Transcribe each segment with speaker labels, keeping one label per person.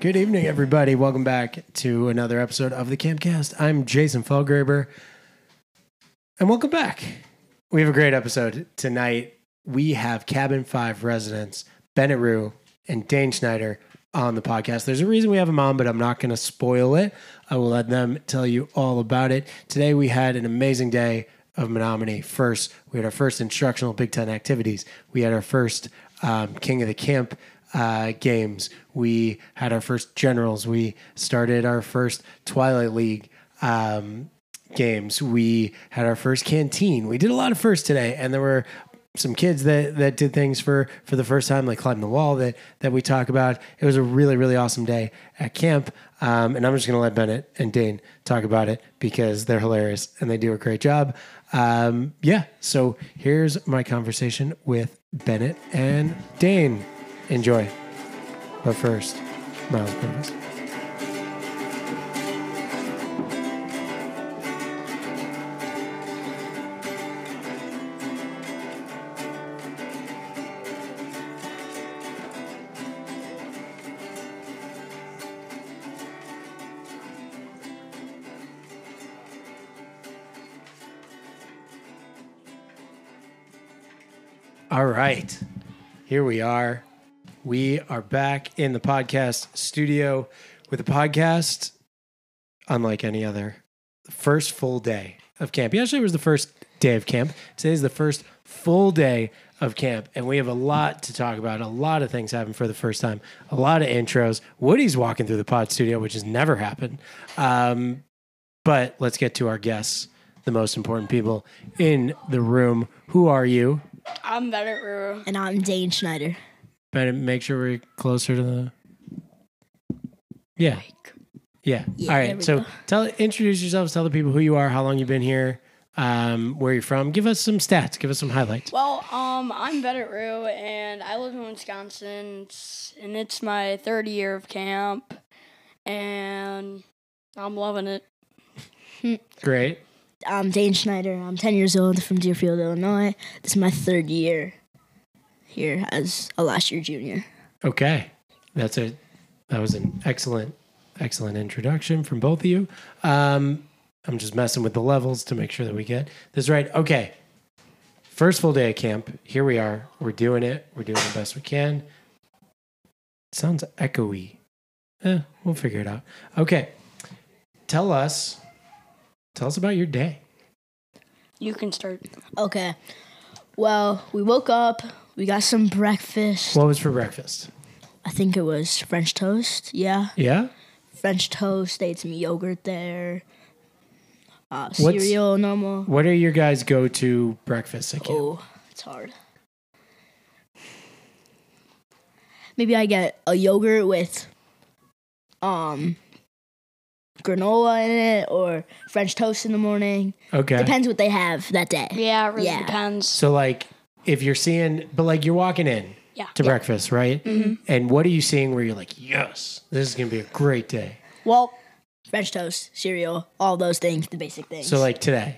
Speaker 1: Good evening, everybody. Welcome back to another episode of the Campcast. I'm Jason Felgraber, and welcome back. We have a great episode tonight. We have Cabin Five residents Bennett Rue and Dane Schneider on the podcast. There's a reason we have them on, but I'm not going to spoil it. I will let them tell you all about it. Today we had an amazing day of Menominee. First, we had our first instructional Big Ten activities. We had our first um, King of the Camp uh, games. We had our first generals. We started our first Twilight League um, games. We had our first canteen. We did a lot of firsts today, and there were some kids that that did things for for the first time, like climb the wall that that we talk about. It was a really really awesome day at camp, um, and I'm just gonna let Bennett and Dane talk about it because they're hilarious and they do a great job. Um, yeah, so here's my conversation with Bennett and Dane. Enjoy. But first, Miles Davis. All right. Here we are. We are back in the podcast studio with a podcast unlike any other. First full day of camp. Yesterday was the first day of camp. Today is the first full day of camp. And we have a lot to talk about. A lot of things happen for the first time. A lot of intros. Woody's walking through the pod studio, which has never happened. Um, but let's get to our guests, the most important people in the room. Who are you?
Speaker 2: I'm better at Ruru.
Speaker 3: And I'm Dane Schneider.
Speaker 1: Better make sure we're closer to the. Yeah. Yeah.
Speaker 3: Yeah,
Speaker 1: All
Speaker 3: there
Speaker 1: right.
Speaker 3: we
Speaker 1: So
Speaker 3: go.
Speaker 1: tell, introduce yourselves. Tell the people who you are, how long you've been here, um, where you're from. Give us some stats. Give us some highlights.
Speaker 2: Well, um, I'm better at Ruru, and I live in Wisconsin, It's- and it's my third year of camp, and I'm loving it.
Speaker 1: Great.
Speaker 3: I'm Dane Schneider. I'm 10 years old from Deerfield, Illinois. This is my third year here as a last year junior.
Speaker 1: Okay. That's a. That was an excellent, excellent introduction from both of you. Um, I'm just messing with the levels to make sure that we get this right. Okay. First full day of camp. Here we are. We're doing it. We're doing the best we can. Sounds echoey. Eh, we'll figure it out. Okay. Tell us. Tell us about your day.
Speaker 2: You can start.
Speaker 3: Okay. Well, we woke up, we got some breakfast.
Speaker 1: What was for breakfast?
Speaker 3: I think it was French toast. Yeah.
Speaker 1: Yeah.
Speaker 3: French toast. They had some yogurt there. Uh,
Speaker 1: What's-
Speaker 3: cereal, normal.
Speaker 1: What are your guys' go-to breakfasts at camp?
Speaker 3: Oh, it's hard. Maybe I get a yogurt with um granola in it or French toast in the morning.
Speaker 1: Okay.
Speaker 3: Depends what they have that day.
Speaker 2: Yeah, it really
Speaker 3: Yeah.
Speaker 2: depends.
Speaker 1: So like if you're seeing but like you're walking in
Speaker 2: Yeah.
Speaker 1: to breakfast, right? And what are you seeing where you're like, "Yes, this is going to be a great day."
Speaker 3: Well, French toast, cereal, all those things, the basic things.
Speaker 1: So like today.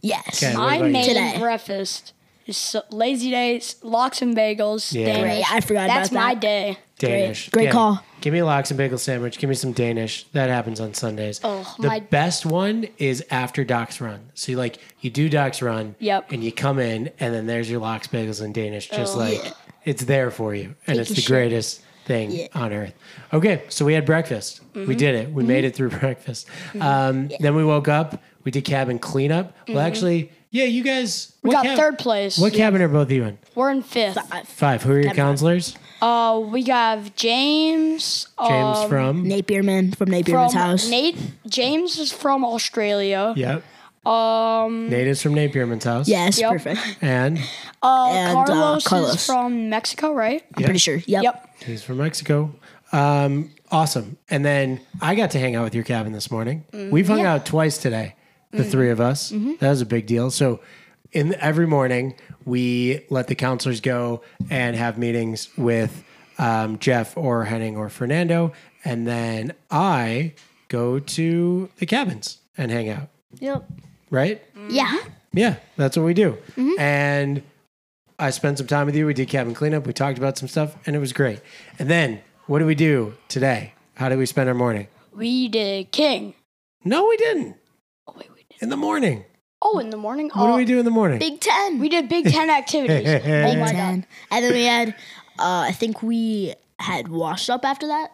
Speaker 3: yes.
Speaker 1: Okay. What
Speaker 2: My
Speaker 1: about you?
Speaker 2: main
Speaker 3: Today.
Speaker 2: breakfast is so- lazy days, locks and bagels.
Speaker 1: Yeah.
Speaker 3: Great.
Speaker 2: Danish.
Speaker 3: I forgot
Speaker 2: That's
Speaker 3: about
Speaker 2: my
Speaker 3: that.
Speaker 2: day.
Speaker 1: Danish.
Speaker 3: Great
Speaker 1: Yeah.
Speaker 3: call.
Speaker 1: Give me a lox and bagel sandwich. Give me some Danish. That happens on Sundays.
Speaker 2: Oh,
Speaker 1: the
Speaker 2: my-
Speaker 1: best one is after Doc's Run. So you like you do Doc's Run.
Speaker 2: Yep.
Speaker 1: And you come in, and then there's your lox bagels and Danish, just
Speaker 2: Oh.
Speaker 1: like it's there for you, and
Speaker 3: Take
Speaker 1: it's
Speaker 3: a
Speaker 1: the
Speaker 3: shit.
Speaker 1: greatest thing on earth. Okay, so we had breakfast. We
Speaker 2: Mm-hmm.
Speaker 1: did it. We made it through breakfast. Um, Then we woke up. We did cabin cleanup. Well, actually, yeah, you guys.
Speaker 2: Mm-hmm. We got third place.
Speaker 1: What cabin are both of you in?
Speaker 2: We're in fifth.
Speaker 1: Five. Who are your counselors?
Speaker 2: Uh, we have James.
Speaker 1: James
Speaker 2: um,
Speaker 1: from.
Speaker 3: Nate Bierman from Nate Bierman's house.
Speaker 2: Nate James is from Australia.
Speaker 1: Yep.
Speaker 2: Um,
Speaker 1: Nate is from Nate Bierman's house.
Speaker 3: yes,
Speaker 2: Yep.
Speaker 3: perfect.
Speaker 1: And
Speaker 2: uh,
Speaker 3: And, uh,
Speaker 2: Carlos, is
Speaker 3: Carlos.
Speaker 2: from Mexico, right?
Speaker 3: I'm pretty sure. Yep.
Speaker 2: Yep.
Speaker 1: he's from Mexico. Um, awesome. And then I got to hang out with your cabin this morning. We've hung out twice today, the three of us. That was a big deal. So in every morning we let the counselors go and have meetings with um, Jeff or Henning or Fernando. And then I go to the cabins and hang out.
Speaker 3: Yep.
Speaker 1: Right?
Speaker 3: Yeah.
Speaker 1: Yeah, that's what we do. And I spent some time with you. We did cabin cleanup. We talked about some stuff, and it was great. And then what do we do today? How did we spend our morning?
Speaker 2: We did King.
Speaker 1: No, we didn't.
Speaker 2: Oh wait, we did.
Speaker 1: In the morning.
Speaker 2: Oh, in the morning.
Speaker 1: What
Speaker 2: oh,
Speaker 1: do we do in the morning?
Speaker 3: Big Ten.
Speaker 2: We did Big Ten activities. oh
Speaker 3: Big
Speaker 2: my god.
Speaker 3: Ten. And then we had, uh, I think we had washed up after that.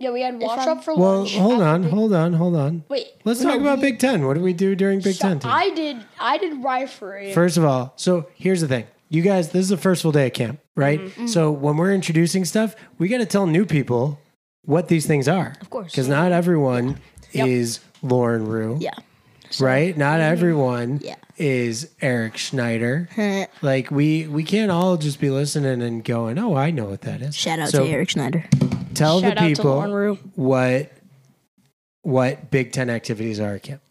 Speaker 2: Yeah, we had wash
Speaker 3: I'm-
Speaker 2: up for
Speaker 1: well,
Speaker 2: lunch.
Speaker 1: hold
Speaker 2: after
Speaker 1: on,
Speaker 2: Big-
Speaker 1: hold on, hold on.
Speaker 2: Wait.
Speaker 1: Let's
Speaker 2: no,
Speaker 1: talk about
Speaker 2: we-
Speaker 1: Big Ten. What do we do during Big
Speaker 2: so
Speaker 1: Ten? time?
Speaker 2: I did. I did riflery.
Speaker 1: First of all, so here's the thing. You guys, this is the first full day at camp, right?
Speaker 3: Mm-hmm.
Speaker 1: So when we're introducing stuff, we got to tell new people what these things are. Of
Speaker 3: course.
Speaker 1: Because not everyone
Speaker 3: Yep.
Speaker 1: is Lauren Rue,
Speaker 3: Yeah.
Speaker 1: right? Not everyone
Speaker 3: Yeah.
Speaker 1: is Eric Schneider.
Speaker 3: Heh.
Speaker 1: like we we can't all just be listening and going, "Oh, I know what that is."
Speaker 3: Shout out
Speaker 1: So
Speaker 3: to Eric Schneider.
Speaker 1: Tell
Speaker 2: Shout
Speaker 1: the
Speaker 2: out to Lauren
Speaker 1: people
Speaker 2: Rue.
Speaker 1: what what Big 10 activities are at camp.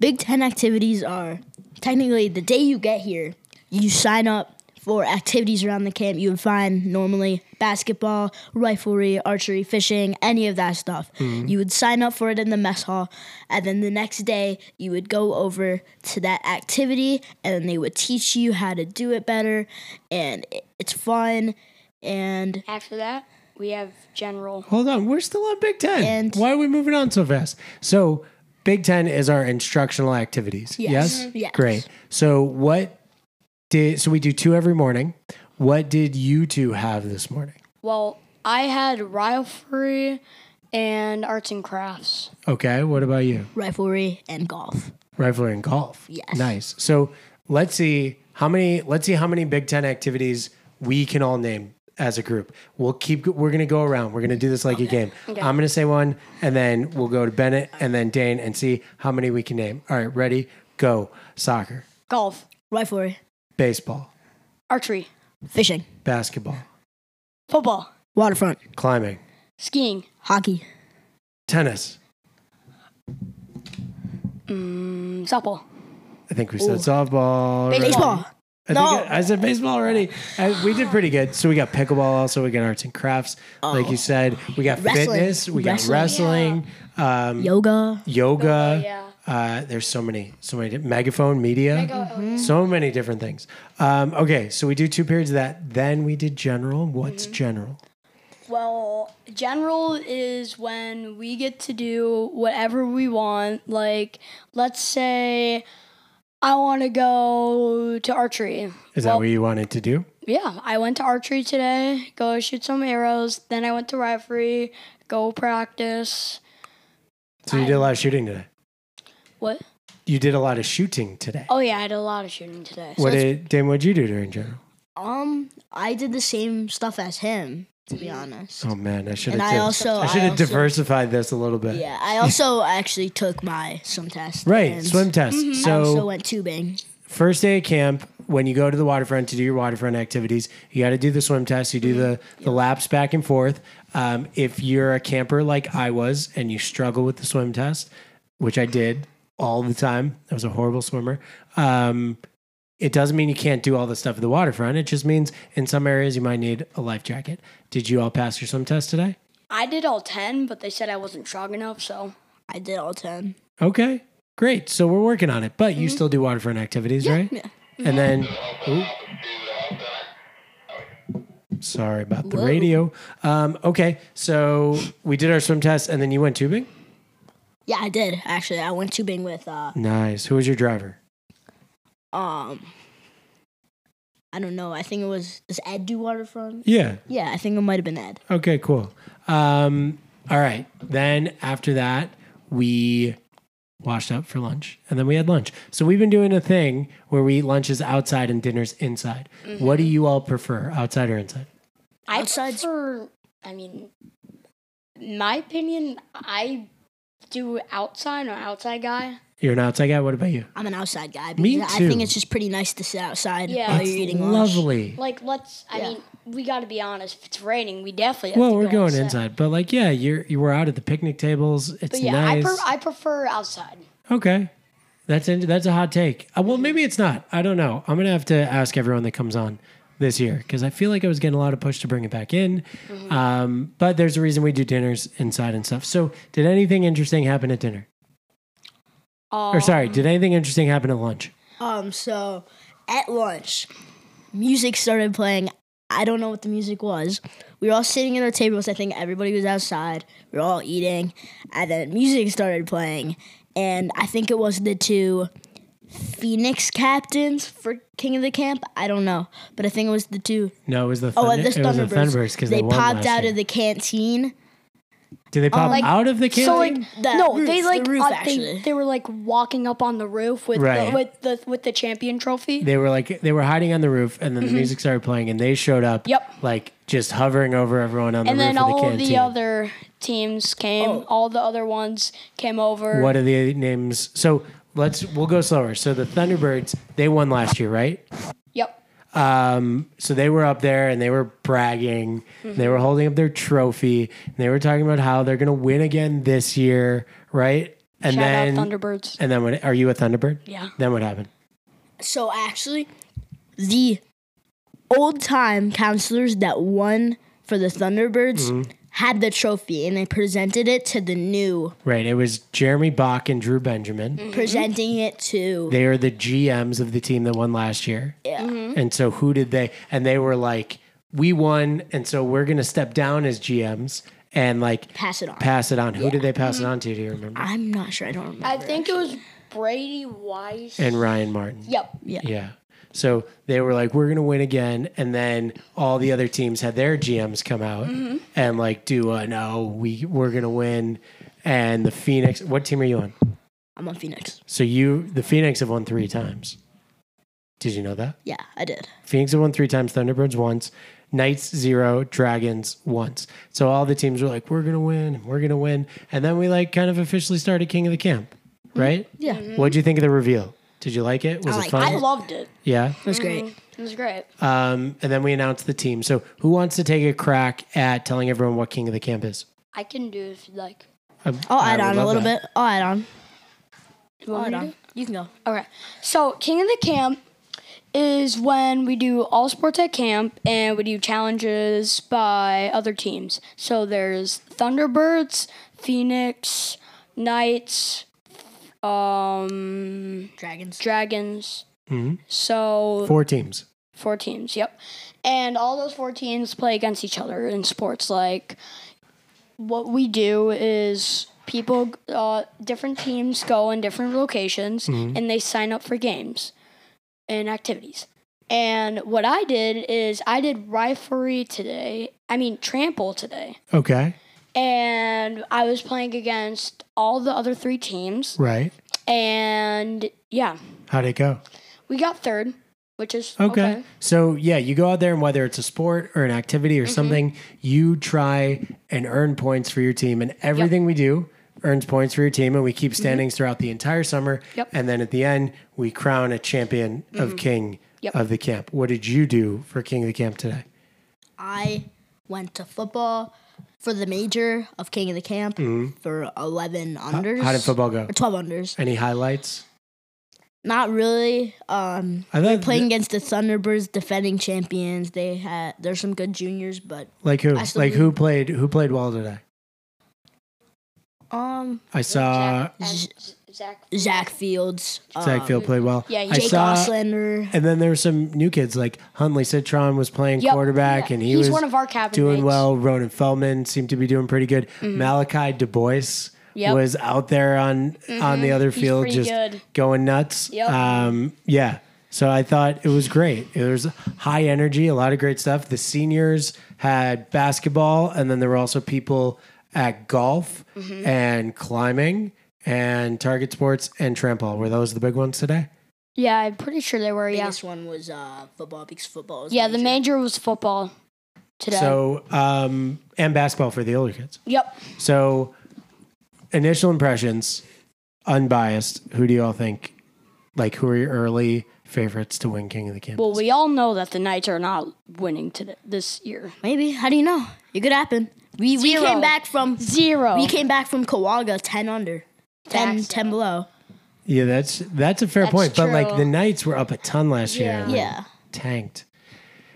Speaker 3: Big Ten activities are technically the day you get here, you sign up for activities around the camp you would find normally basketball, riflery, archery, fishing, any of that stuff. You would sign up for it in the mess hall, and then the next day you would go over to that activity, and then they would teach you how to do it better, and it- it's fun. And
Speaker 2: After that, we have general.
Speaker 1: Hold on, we're still on Big Ten.
Speaker 3: And-
Speaker 1: Why are we moving on so fast? So Big Ten is our instructional activities. Yes.
Speaker 3: Yes. Mm-hmm. Yes.
Speaker 1: Great. So what did so we do two every morning? What did you two have this morning?
Speaker 2: Well, I had riflery and arts and crafts.
Speaker 1: Okay. What about you?
Speaker 3: riflery and golf.
Speaker 1: Riflery and golf.
Speaker 3: Yes.
Speaker 1: Nice. So let's see how many. Let's see how many Big Ten activities we can all name as a group. We'll keep. We're gonna go around. We're gonna do this like a game. I'm gonna say one, and then we'll go to Bennett and then Dane and see how many we can name. All right. Ready? Go. Soccer,
Speaker 2: Golf,
Speaker 3: Riflery,
Speaker 1: baseball,
Speaker 2: archery,
Speaker 3: fishing,
Speaker 1: basketball,
Speaker 2: football,
Speaker 3: waterfront,
Speaker 1: climbing,
Speaker 2: skiing,
Speaker 3: hockey,
Speaker 1: tennis.
Speaker 2: mm, softball,
Speaker 1: I think we said softball. right?
Speaker 2: Baseball.
Speaker 3: baseball.
Speaker 1: I,
Speaker 3: No.
Speaker 1: think I, I said baseball already. I, we did pretty good. So we got pickleball, also we got arts and crafts, like you said. We got
Speaker 3: Oh. Wrestling.
Speaker 1: fitness. We got wrestling,
Speaker 2: Wrestling.
Speaker 1: um,
Speaker 3: Yoga.
Speaker 1: yoga.
Speaker 2: Oh, yeah.
Speaker 1: Uh, there's so many, so many di- megaphone media,
Speaker 3: Mm-hmm.
Speaker 1: so many different things. Um, okay, so we do two periods of that. Then we did general. What's
Speaker 3: Mm-hmm.
Speaker 1: general?
Speaker 2: Well, general is when we get to do whatever we want. Like, let's say I want to go to archery.
Speaker 1: Is that
Speaker 2: Well-
Speaker 1: what you wanted to do?
Speaker 2: Yeah, I went to archery today, go shoot some arrows. Then I went to riflery, go practice.
Speaker 1: So you did a lot of shooting today.
Speaker 2: What?
Speaker 1: You did a lot of shooting today.
Speaker 2: Oh, yeah, I did a lot of shooting today.
Speaker 1: what did Dan? What'd you do during general?
Speaker 3: Um, I did the same stuff as him, to be honest.
Speaker 1: Oh man, I should have.
Speaker 3: And I also-
Speaker 1: I should
Speaker 3: I
Speaker 1: have
Speaker 3: also-
Speaker 1: diversified this a little bit.
Speaker 3: Yeah, I also actually took my swim test.
Speaker 1: Right,
Speaker 3: and Mm-hmm.
Speaker 1: swim test.
Speaker 3: I also
Speaker 1: So
Speaker 3: went tubing.
Speaker 1: first day of camp, when you go to the waterfront to do your waterfront activities, you got to do the swim test. You do the the laps back and forth. Um, if you're a camper like I was and you struggle with the swim test, which I did all the time, I was a horrible swimmer. Um, it doesn't mean you can't do all the stuff at the waterfront. It just means in some areas you might need a life jacket. Did you all pass your swim test today?
Speaker 2: I did all 10, but they said I wasn't strong enough, so.
Speaker 3: I did all ten.
Speaker 1: Okay, great. So we're working on it, but you still do waterfront activities, right?
Speaker 3: Mm-hmm. yeah.
Speaker 1: And then, Ooh. sorry about the
Speaker 3: Whoa.
Speaker 1: radio. Um, okay, so we did our swim test, and then you went tubing.
Speaker 3: Yeah, I did actually. I went tubing with uh
Speaker 1: Nice. Who was your driver?
Speaker 3: um, I don't know. I think it was does Ed do waterfront?
Speaker 1: Yeah.
Speaker 3: Yeah, I think it might have been Ed.
Speaker 1: Okay. Cool. Um, all right. Then after that, we washed up for lunch, and then we had lunch. So we've been doing a thing where we eat lunches outside and dinners inside. What do
Speaker 3: Mm-hmm.
Speaker 1: you all prefer, outside or inside?
Speaker 2: I
Speaker 3: Outside's-
Speaker 2: prefer, I mean, my opinion, I do outside. I'm an outside guy.
Speaker 1: You're an outside guy. What about you?
Speaker 3: I'm an outside guy. Because
Speaker 1: Me
Speaker 3: I
Speaker 1: too.
Speaker 3: think it's just pretty nice to sit outside
Speaker 2: Yeah.
Speaker 3: while
Speaker 2: It's
Speaker 3: you're eating lunch.
Speaker 1: Lovely.
Speaker 2: Like, let's, I
Speaker 3: Yeah.
Speaker 2: mean, we gotta be honest. If it's raining, we definitely have
Speaker 1: Well,
Speaker 2: to
Speaker 1: we're
Speaker 2: go
Speaker 1: going
Speaker 2: outside.
Speaker 1: inside, but like, yeah, you're you were out at the picnic tables. It's
Speaker 2: But yeah,
Speaker 1: nice.
Speaker 2: I, pre- I prefer outside.
Speaker 1: okay, that's in, that's a hot take. Uh, well, maybe it's not. I don't know. I'm gonna have to ask everyone that comes on this year because I feel like I was getting a lot of push to bring it back in.
Speaker 3: Mm-hmm.
Speaker 1: Um, but there's a reason we do dinners inside and stuff. So, did anything interesting happen at dinner?
Speaker 2: Um,
Speaker 1: Or sorry, did anything interesting happen at lunch?
Speaker 3: Um, so at lunch, music started playing I don't know what the music was. We were all sitting at our tables. I think everybody was outside. We were all eating. And then music started playing. And I think it was the two Phoenix captains for King of the Camp. I don't know. But I think it was the two.
Speaker 1: No, it was the
Speaker 3: Oh,
Speaker 1: Thun-
Speaker 3: the
Speaker 1: it was the
Speaker 3: Thunderbirds.
Speaker 1: Thunderbirds because
Speaker 3: they,
Speaker 1: they,
Speaker 3: popped out of the Oh, canteen.
Speaker 1: Did they pop
Speaker 2: like-
Speaker 1: out of the canteen?
Speaker 2: So like
Speaker 3: The
Speaker 2: no,
Speaker 3: roof,
Speaker 2: they
Speaker 3: the
Speaker 2: like
Speaker 3: roof,
Speaker 2: uh,
Speaker 3: actually.
Speaker 2: they, they were like walking up on the roof with
Speaker 1: Right.
Speaker 2: the, with the with the champion trophy.
Speaker 1: they were like they were hiding on the roof, and then the music started playing, and they showed up.
Speaker 2: Mm-hmm. Yep.
Speaker 1: Like just hovering over everyone on the
Speaker 2: and
Speaker 1: roof
Speaker 2: then
Speaker 1: of the
Speaker 2: all of
Speaker 1: canteen.
Speaker 2: the other teams came.
Speaker 3: Oh.
Speaker 2: All the other ones came over.
Speaker 1: what are the names? So let's we'll go slower. So the Thunderbirds they won last year, right? Um,
Speaker 2: Yep.
Speaker 1: so they were up there and they were bragging.
Speaker 2: Mm-hmm.
Speaker 1: They were holding up their trophy. And they were talking about how they're going to win again this year, right? And
Speaker 2: Shout
Speaker 1: then
Speaker 2: out Thunderbirds.
Speaker 1: and then what? Are you a Thunderbird?
Speaker 2: Yeah.
Speaker 1: Then what happened?
Speaker 3: So actually, the old time counselors that won for the Thunderbirds
Speaker 1: Mm-hmm.
Speaker 3: had the trophy and they presented it to the new,
Speaker 1: Right. It was Jeremy Bach and Drew Benjamin.
Speaker 2: Mm-hmm.
Speaker 3: presenting it to.
Speaker 1: They are the GMs of the team that won last year.
Speaker 3: yeah.
Speaker 1: And so who did they? And they were like, "We won, and so we're going to step down as GMs and like
Speaker 3: Pass it on.
Speaker 1: pass it on." Who did they pass it on to? Do you remember?
Speaker 3: I'm not sure. I don't remember.
Speaker 2: I think it was Brady Weiss.
Speaker 1: And Ryan Martin.
Speaker 2: yep.
Speaker 1: Yeah. So they were like, we're going to win again. And then all the other teams had their GMs come out and like do a no, we, we're going to win. And the Phoenix, what team are you on?
Speaker 3: I'm on Phoenix.
Speaker 1: So you, the Phoenix have won three times. Did you know that?
Speaker 3: Yeah, I did.
Speaker 1: Phoenix have won three times, Thunderbirds once, Knights zero, Dragons once. So all the teams were like, we're going to win, we're going to win. And then we like kind of officially started King of the Camp, right?
Speaker 3: Yeah.
Speaker 2: Mm-hmm.
Speaker 1: What'd you think of the reveal? Did you like it? Was
Speaker 3: Mm-hmm. Mm. I
Speaker 1: it
Speaker 3: liked
Speaker 1: fun?
Speaker 2: I loved it. Mm.
Speaker 1: yeah.
Speaker 3: It was great.
Speaker 2: It was great.
Speaker 1: Um, and then we announced the team. So who wants to take a crack at telling everyone what King of the Camp is?
Speaker 2: I can do if you'd like.
Speaker 1: Um,
Speaker 3: I'll add
Speaker 1: I would
Speaker 3: on a
Speaker 1: love
Speaker 3: little
Speaker 1: that.
Speaker 3: bit. I'll add on.
Speaker 2: You
Speaker 3: I'll
Speaker 2: want me to
Speaker 3: add
Speaker 2: do
Speaker 3: on. You can go.
Speaker 2: Okay. So, King of the Camp is when we do all sports at camp and we do challenges by other teams. So, there's Thunderbirds, Phoenix, Knights, um,
Speaker 3: Dragons.
Speaker 2: Dragons.
Speaker 1: Mhm.
Speaker 2: So,
Speaker 1: Four teams.
Speaker 2: Four teams, yep. And all those four teams play against each other in sports. Like, what we do is people, uh, different teams go in different locations and they sign up for games and activities. And what I did is I did riflery today, I mean, trample today.
Speaker 1: Okay.
Speaker 2: And I was playing against all the other three teams.
Speaker 1: Right.
Speaker 2: And yeah,
Speaker 1: How'd it go?
Speaker 2: we got third, which is
Speaker 1: Okay.
Speaker 2: okay.
Speaker 1: So yeah, you go out there and whether it's a sport or an activity
Speaker 2: Mm-hmm.
Speaker 1: or something, you try and earn points for your team. And everything we do earns points for your team, and we keep standings throughout the entire summer.
Speaker 2: Mm-hmm. Yep. Mm-hmm.
Speaker 1: And then at the end, we crown a champion of King
Speaker 2: Yep.
Speaker 1: of the Camp. What did you do for King of the Camp today?
Speaker 3: I went to football for the major of King of the Camp for 11 unders.
Speaker 1: Mm-hmm. How did football go?
Speaker 3: Or 12 unders.
Speaker 1: Any highlights?
Speaker 3: Not really. Um,
Speaker 1: I thought
Speaker 3: playing against the Thunderbirds, defending champions. They had there's some good juniors, but
Speaker 1: Like who?
Speaker 3: I still
Speaker 1: Like
Speaker 3: do-
Speaker 1: who played? Who played well today?
Speaker 3: um,
Speaker 1: I saw
Speaker 3: Z-
Speaker 2: Zach.
Speaker 3: Zach Fields, um,
Speaker 1: Zach Field play well.
Speaker 2: Yeah, he-
Speaker 1: I
Speaker 3: Jake
Speaker 1: saw.
Speaker 3: Oslander.
Speaker 1: And then there were some new kids like Huntley Citron was playing
Speaker 2: Yep.
Speaker 1: quarterback,
Speaker 2: Yeah.
Speaker 1: and he
Speaker 2: He's
Speaker 1: was
Speaker 2: one of our cabin
Speaker 1: doing
Speaker 2: mates. Mm-hmm.
Speaker 1: well. Ronan Feldman seemed to be doing pretty good. Malachi Du Bois
Speaker 2: Yep. Mm-hmm.
Speaker 1: was out there on on the other
Speaker 2: He's
Speaker 1: field,
Speaker 2: pretty
Speaker 1: just
Speaker 2: good.
Speaker 1: going nuts.
Speaker 2: Yep.
Speaker 1: Um, yeah. So I thought it was great. It was high energy, a lot of great stuff. The seniors had basketball, and then there were also people at golf
Speaker 2: Mm-hmm.
Speaker 1: and climbing and target sports and trample. Were those the big ones today?
Speaker 2: Yeah, I'm pretty sure they were. Yeah.
Speaker 3: Biggest one was uh, football because football. Is
Speaker 2: Yeah, the major was football today.
Speaker 1: So um, and basketball for the older kids.
Speaker 2: yep.
Speaker 1: So initial impressions, unbiased. Who do you all think? Like who are your early favorites to win King of the Camp?
Speaker 2: Well, we all know that the Knights are not winning today this year.
Speaker 3: Maybe. How do you know? It could happen. We we
Speaker 2: Zero.
Speaker 3: came back from
Speaker 2: Zero.
Speaker 3: we came back from Kawaga ten under, 10,
Speaker 2: Facts.
Speaker 3: 10 below.
Speaker 1: yeah, that's that's a fair
Speaker 2: That's
Speaker 1: point. But like
Speaker 2: true.
Speaker 1: the Knights were up a ton last year.
Speaker 2: Yeah.
Speaker 1: and, like,
Speaker 3: Yeah.
Speaker 1: tanked.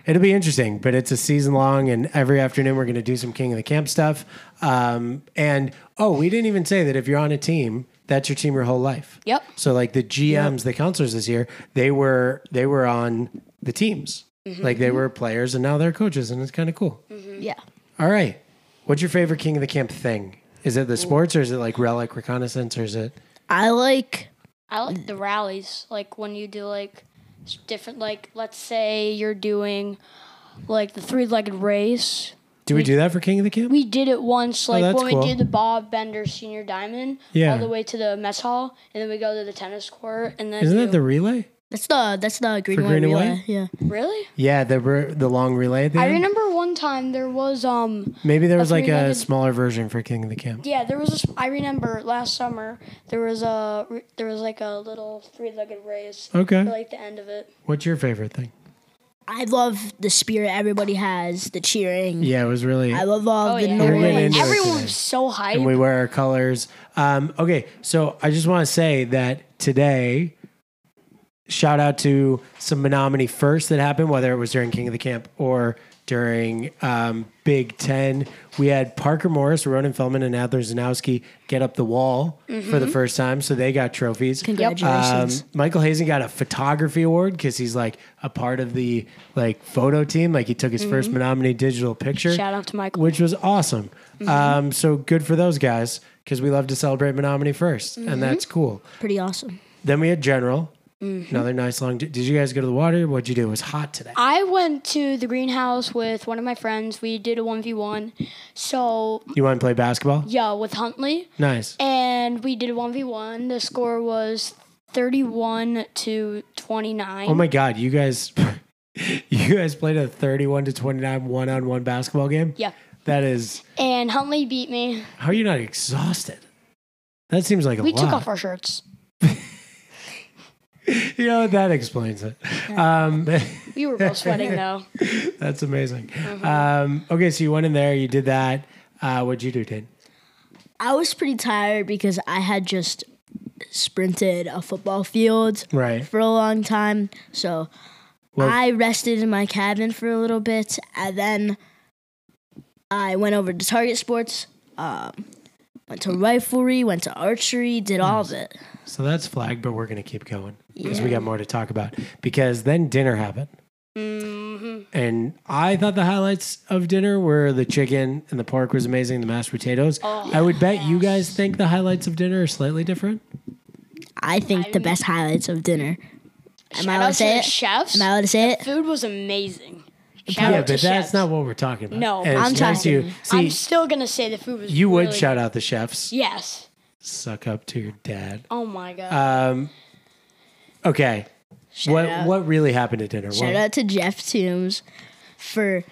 Speaker 1: It'll be interesting, but it's a season long, and every afternoon we're going to do some King of the Camp stuff. Um, and oh, we didn't even say that if you're on a team, that's your team your whole life.
Speaker 2: Yep.
Speaker 1: So like the GMs, the counselors this year, they were they were on the teams.
Speaker 2: Mm-hmm.
Speaker 1: Like they were players and now they're coaches, and it's kind of cool.
Speaker 2: Mm.
Speaker 3: Yeah.
Speaker 1: All right. What's your favorite King of the Camp thing? Is it the sports or is it like relic reconnaissance or is it?
Speaker 3: I like
Speaker 2: I like the rallies, like when you do like s- different, like let's say you're doing like the three-legged race.
Speaker 1: Do we do that for King of the Camp?
Speaker 2: We did it once, like
Speaker 1: Oh, that's
Speaker 2: when
Speaker 1: cool.
Speaker 2: we did the Bob Bender Senior Diamond,
Speaker 1: Yeah.
Speaker 2: all the way to the mess hall, and then we go to the tennis court, and then
Speaker 1: Isn't
Speaker 2: do,
Speaker 1: that the relay?
Speaker 3: that's the that's the green
Speaker 1: For
Speaker 3: one.
Speaker 1: green and
Speaker 3: relay,
Speaker 1: white?
Speaker 3: Yeah.
Speaker 2: really?
Speaker 1: Yeah, the re- the long relay. At the
Speaker 2: I
Speaker 1: end?
Speaker 2: remember one time there was um
Speaker 1: Maybe there was like a
Speaker 2: three-legged-
Speaker 1: smaller version for King of the Camp.
Speaker 2: yeah there was a s- I remember last summer there was a re- there was like a little three-legged race
Speaker 1: Okay.
Speaker 2: for like the end of it.
Speaker 1: What's your favorite thing?
Speaker 3: I love the spirit everybody has, the cheering.
Speaker 1: Yeah, it was really.
Speaker 3: I love all the
Speaker 1: We
Speaker 3: noise.
Speaker 1: went into it
Speaker 2: Oh, everyone
Speaker 1: today.
Speaker 2: was so hyped.
Speaker 1: and we wear our colors. Um, okay, so I just want to say that today, shout out to some Menominee first that happened, whether it was during King of the Camp or during um, Big Ten. We had Parker Morris, Ronan Feldman, and Adler Zanowski get up the wall for the
Speaker 3: Mm-hmm.
Speaker 1: first time, so they got trophies. Um,
Speaker 3: Congratulations.
Speaker 1: Michael Hazen got a photography award because he's like a part of the like photo team. Like he took his first Menominee digital picture
Speaker 2: Mm-hmm. Shout out to Michael. Mm-hmm.
Speaker 1: which was awesome. Um, so good for those guys because we love to celebrate Menominee 1st
Speaker 2: Mm-hmm.
Speaker 1: and that's cool.
Speaker 3: Pretty awesome.
Speaker 1: Then we had General,
Speaker 2: Mm-hmm.
Speaker 1: another nice long. Did you guys go to the water? What'd you do? It was hot today.
Speaker 2: I went to the greenhouse with one of my friends. We did a 1v1. So,
Speaker 1: You want to play basketball?
Speaker 2: yeah, with Huntley.
Speaker 1: Nice.
Speaker 2: And we did a 1v1. The score was 31 to 29.
Speaker 1: Oh my God, you guys, you guys played a 31 to 29 one on one basketball game.
Speaker 2: yeah.
Speaker 1: That is,
Speaker 2: And Huntley beat me.
Speaker 1: how are you not exhausted? That seems like a
Speaker 2: We
Speaker 1: lot.
Speaker 2: took off our shirts.
Speaker 1: you know, that explains it. Um,
Speaker 2: We were both sweating, though.
Speaker 1: that's amazing.
Speaker 2: Mm-hmm.
Speaker 1: Um, okay, so you went in there, you did that. Uh, what'd you do, Dane?
Speaker 3: I was pretty tired because I had just sprinted a football field
Speaker 1: Right.
Speaker 3: for a long time. So
Speaker 1: Well-
Speaker 3: I rested in my cabin for a little bit and then I went over to Target Sports, um, went to riflery, went to archery, did all of it.
Speaker 1: So that's flagged, but we're going to keep going because we
Speaker 3: Yeah.
Speaker 1: got more to talk about. Because then dinner happened.
Speaker 2: hmm
Speaker 1: And I thought the highlights of dinner were the chicken and the pork was amazing, the mashed potatoes.
Speaker 2: Oh,
Speaker 1: I would bet you guys think the highlights of dinner are slightly different.
Speaker 3: I think the best highlights of dinner. Am I
Speaker 2: Shout
Speaker 3: allowed
Speaker 2: out
Speaker 3: to
Speaker 2: to
Speaker 3: say
Speaker 2: the
Speaker 3: it?
Speaker 2: chefs.
Speaker 3: Am I allowed to say it?
Speaker 2: Food was amazing. Shout
Speaker 1: yeah, but
Speaker 2: out to
Speaker 1: that's
Speaker 2: chefs.
Speaker 1: not what we're talking about.
Speaker 2: No.
Speaker 1: And it's
Speaker 3: I'm
Speaker 1: nice you-
Speaker 3: talking-
Speaker 1: See,
Speaker 2: I'm still going to say the food was
Speaker 1: you would
Speaker 2: really-
Speaker 1: shout out the chefs.
Speaker 2: Yes.
Speaker 1: Suck up to your dad.
Speaker 2: Oh my God.
Speaker 1: Um, okay. what
Speaker 3: out.
Speaker 1: what really happened at dinner?
Speaker 3: Shout
Speaker 1: What-
Speaker 3: out to Jeff Toombs for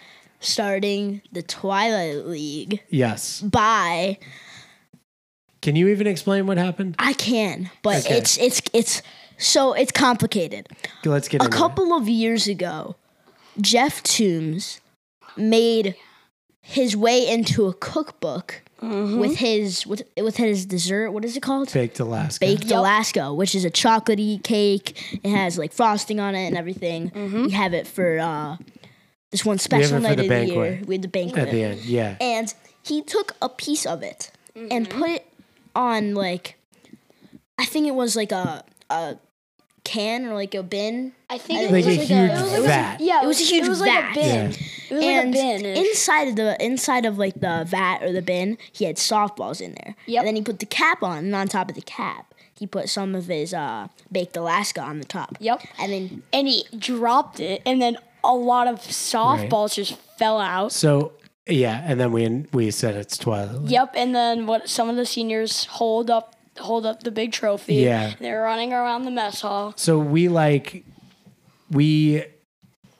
Speaker 3: starting the Twilight League
Speaker 1: Yes.
Speaker 3: by
Speaker 1: Can you even explain what happened?
Speaker 3: I can, but
Speaker 1: Okay.
Speaker 3: it's it's it's so it's complicated.
Speaker 1: Let's get
Speaker 3: A
Speaker 1: into it.
Speaker 3: couple of years ago, Jeff Toombs made his way into a cookbook
Speaker 1: Uh,
Speaker 3: with his with, with his dessert. What is it called?
Speaker 1: Baked Alaska.
Speaker 3: Baked Alaska, which is a chocolatey cake. It has like frosting on it and everything. We have it for uh, this one special
Speaker 1: it for
Speaker 3: night
Speaker 1: the
Speaker 3: of the year.
Speaker 1: banquet.
Speaker 3: We had the banquet
Speaker 1: at the end. Yeah.
Speaker 3: and he took a piece of it and put it on like I think it was like a a can or like a bin.
Speaker 2: I think
Speaker 3: Like
Speaker 2: it was
Speaker 1: a
Speaker 2: like
Speaker 1: huge
Speaker 2: a, it was like a-
Speaker 1: vat.
Speaker 2: yeah,
Speaker 3: It was a huge
Speaker 2: It was
Speaker 3: vat.
Speaker 2: like a bin.
Speaker 1: Yeah.
Speaker 2: It was
Speaker 3: and
Speaker 2: like a bin.
Speaker 3: inside of the inside of like the vat or the bin, he had softballs in there.
Speaker 2: Yep.
Speaker 3: And then he put the cap on, and on top of the cap, he put some of his uh, baked Alaska on the top.
Speaker 2: Yep.
Speaker 3: And then
Speaker 2: and he dropped it, and then a lot of softballs just fell out.
Speaker 1: So yeah, and then we we said it's Twilight. League.
Speaker 2: Yep, and then what? Some of the seniors hold up, hold up the big trophy.
Speaker 1: Yeah.
Speaker 2: and they're running around the mess hall.
Speaker 1: So we like we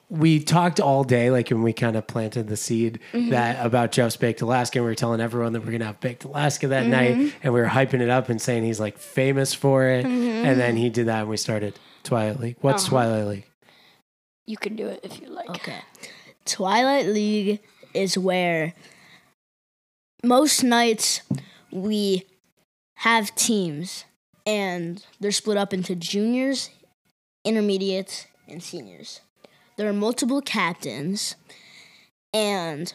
Speaker 1: we talked all day, like when we kind of planted the seed
Speaker 3: Mm-hmm.
Speaker 1: that about Jeff's Baked Alaska, and we were telling everyone that we're gonna have Baked Alaska
Speaker 3: Mm-hmm.
Speaker 1: that night, and we were hyping it up and saying he's like famous for it,
Speaker 3: Mm-hmm.
Speaker 1: and then he did that, and we started Twilight League. What's
Speaker 3: Uh-huh.
Speaker 1: Twilight League?
Speaker 2: You can do it if you like.
Speaker 3: Okay. Twilight League is where most nights we have teams and they're split up into juniors, intermediates, and seniors. There are multiple captains and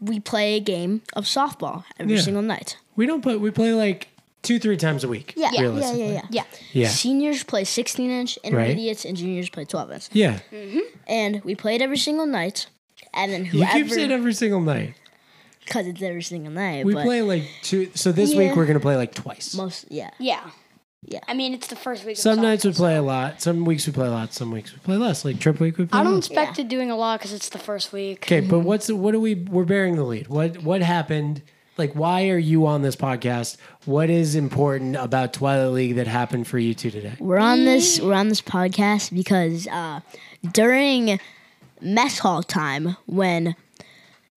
Speaker 3: we play a game of softball every
Speaker 1: Yeah.
Speaker 3: single night.
Speaker 1: We don't play. We play like two, three times a week.
Speaker 3: Yeah, yeah, yeah,
Speaker 1: realistically.
Speaker 3: yeah, yeah.
Speaker 2: Yeah.
Speaker 1: Yeah.
Speaker 3: Seniors play 16 inch, intermediates and juniors play 12 inch.
Speaker 1: Yeah.
Speaker 3: And we played every single night. And then
Speaker 1: You keep saying
Speaker 3: whoever,
Speaker 1: every single night.
Speaker 3: because it's every single night,
Speaker 1: We
Speaker 3: but
Speaker 1: play like two. So this
Speaker 3: Yeah.
Speaker 1: week we're gonna play like twice.
Speaker 3: most, yeah,
Speaker 2: Yeah.
Speaker 3: Yeah.
Speaker 2: I mean, it's the first week. of
Speaker 1: Some
Speaker 2: summer,
Speaker 1: nights we
Speaker 2: so-
Speaker 1: play a lot. Some weeks we play a lot. Some weeks we play less. Like trip week we play.
Speaker 2: I don't
Speaker 1: less.
Speaker 2: expect it doing a lot because it's the first week.
Speaker 1: Okay, but what's what are we? We're bearing the lead. What what happened? Like, why are you on this podcast? What is important about Twilight League that happened for you two today?
Speaker 3: we're on this, we're on this podcast because uh, during mess hall time, when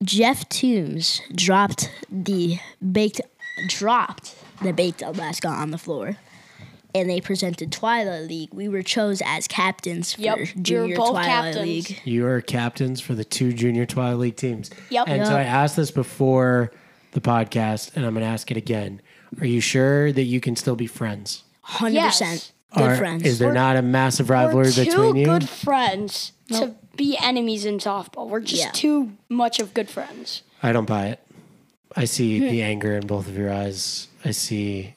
Speaker 3: Jeff Toombs dropped the baked, dropped the baked Alaska on the floor. And they presented Twilight League. We were chose as captains for
Speaker 2: Yep, we were
Speaker 3: Junior
Speaker 2: both
Speaker 3: Twilight
Speaker 2: captains.
Speaker 3: League.
Speaker 1: You are captains for the two junior Twilight League teams.
Speaker 2: Yep.
Speaker 1: And so I asked this before the podcast, and I'm going to ask it again. Are you sure that you can still be friends?
Speaker 3: Hundred percent. Good
Speaker 1: Or
Speaker 3: friends.
Speaker 1: Is there not a massive
Speaker 2: We're
Speaker 1: rivalry
Speaker 2: too
Speaker 1: between you?
Speaker 2: good friends to be enemies in softball. We're just
Speaker 3: Yeah.
Speaker 2: too much of good friends.
Speaker 1: I don't buy it. I see the anger in both of your eyes. I see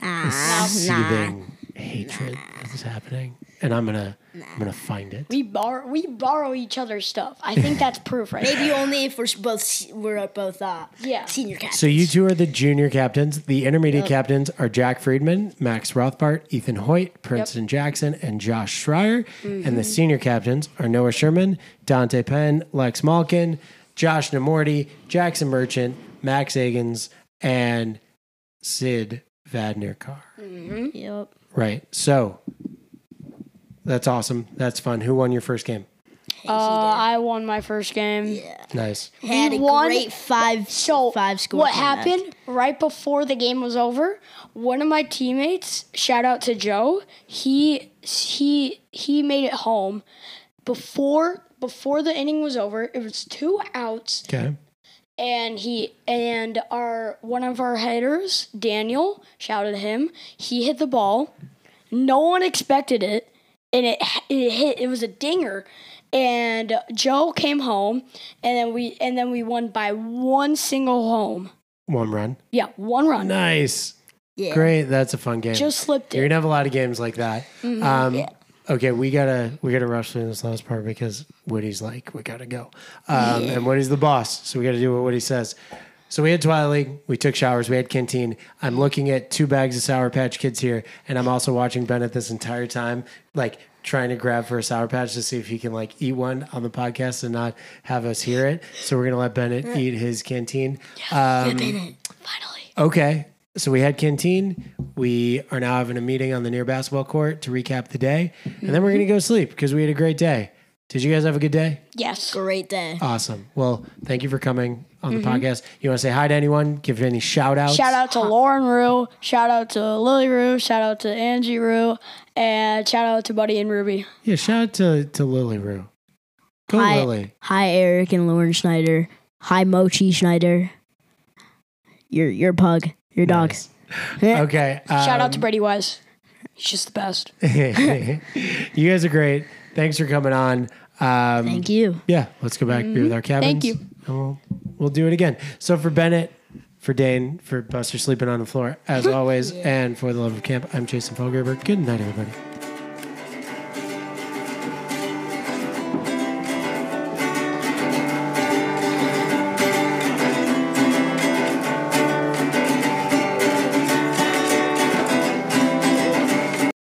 Speaker 3: Ah,
Speaker 1: the seething hatred that is happening, and I'm gonna I'm gonna find it.
Speaker 2: We borrow we borrow each other's stuff. I think that's proof, right?
Speaker 3: Maybe only if we're s- both s- we're both uh
Speaker 2: Yeah.
Speaker 3: senior captains.
Speaker 1: So you two are the junior captains. The intermediate captains are Jack Friedman, Max Rothbart, Ethan Hoyt, Princeton Jackson, and Josh Schreier. And the senior captains are Noah Sherman, Dante Penn, Lex Malkin, Josh Namorti, Jackson Merchant, Max Agins, and Sid Vadner Carr.
Speaker 3: Yep.
Speaker 1: Right. So that's awesome. That's fun. Who won your first game?
Speaker 2: Uh, I won my first game.
Speaker 1: Nice.
Speaker 3: Had a
Speaker 2: won-
Speaker 3: great five
Speaker 2: So
Speaker 3: five score.
Speaker 2: what
Speaker 3: comeback.
Speaker 2: happened right before the game was over? One of my teammates, shout out to Joe, he he he made it home before before the inning was over. It was two outs,
Speaker 1: Okay.
Speaker 2: and he and our one of our hitters, Daniel, shouted at him. He hit the ball. No one expected it, and it it hit. It was a dinger, and Joe came home, and then we and then we won by one single home.
Speaker 1: One run.
Speaker 2: Yeah, one run.
Speaker 1: Nice.
Speaker 3: Yeah.
Speaker 1: Great. That's a fun game.
Speaker 2: Just slipped
Speaker 1: You're
Speaker 2: it.
Speaker 1: gonna have a lot of games like that. Um, Okay, we gotta we gotta rush through this last part because Woody's like we gotta go, um, and Woody's the boss, so we gotta do what Woody says. So we had Twilight League, we took showers, we had canteen. I'm looking at two bags of Sour Patch Kids here, and I'm also watching Bennett this entire time, like trying to grab for a Sour Patch to see if he can like eat one on the podcast and not have us hear it. So we're gonna let Bennett eat his canteen.
Speaker 2: Finally,
Speaker 1: Okay. So we had canteen. We are now having a meeting on the near basketball court to recap the day. And then we're going to go sleep because we had a great day. Did you guys have a good day?
Speaker 2: yes.
Speaker 3: Great
Speaker 1: Oh,
Speaker 3: day.
Speaker 1: Awesome. Well, thank you for coming on the podcast. You want to say hi to anyone? Give any shout outs?
Speaker 2: Mm-hmm. Shout out to Lauren Rue. Shout out to Lily Rue. Shout out to Angie Rue. And shout out to Buddy and Ruby.
Speaker 1: Yeah, shout out to, to Lily Rue. Go,
Speaker 3: Hi.
Speaker 1: Lily.
Speaker 3: Hi Eric and Lauren Schneider. Hi Mochi Schneider. Your your pug. Your dog.
Speaker 1: Nice. Okay.
Speaker 2: Shout out to Brady Wise. He's just the best.
Speaker 1: to. you guys are great. Thanks for coming on. Um,
Speaker 3: Thank you.
Speaker 1: Yeah, let's go back be with our cabins.
Speaker 2: Mm-hmm. Thank you.
Speaker 1: And we'll, we'll do it again. So for Bennett, for Dane, for Buster sleeping on the floor, as always, and for the love of camp, I'm Jason Fogelberg. Good night, everybody.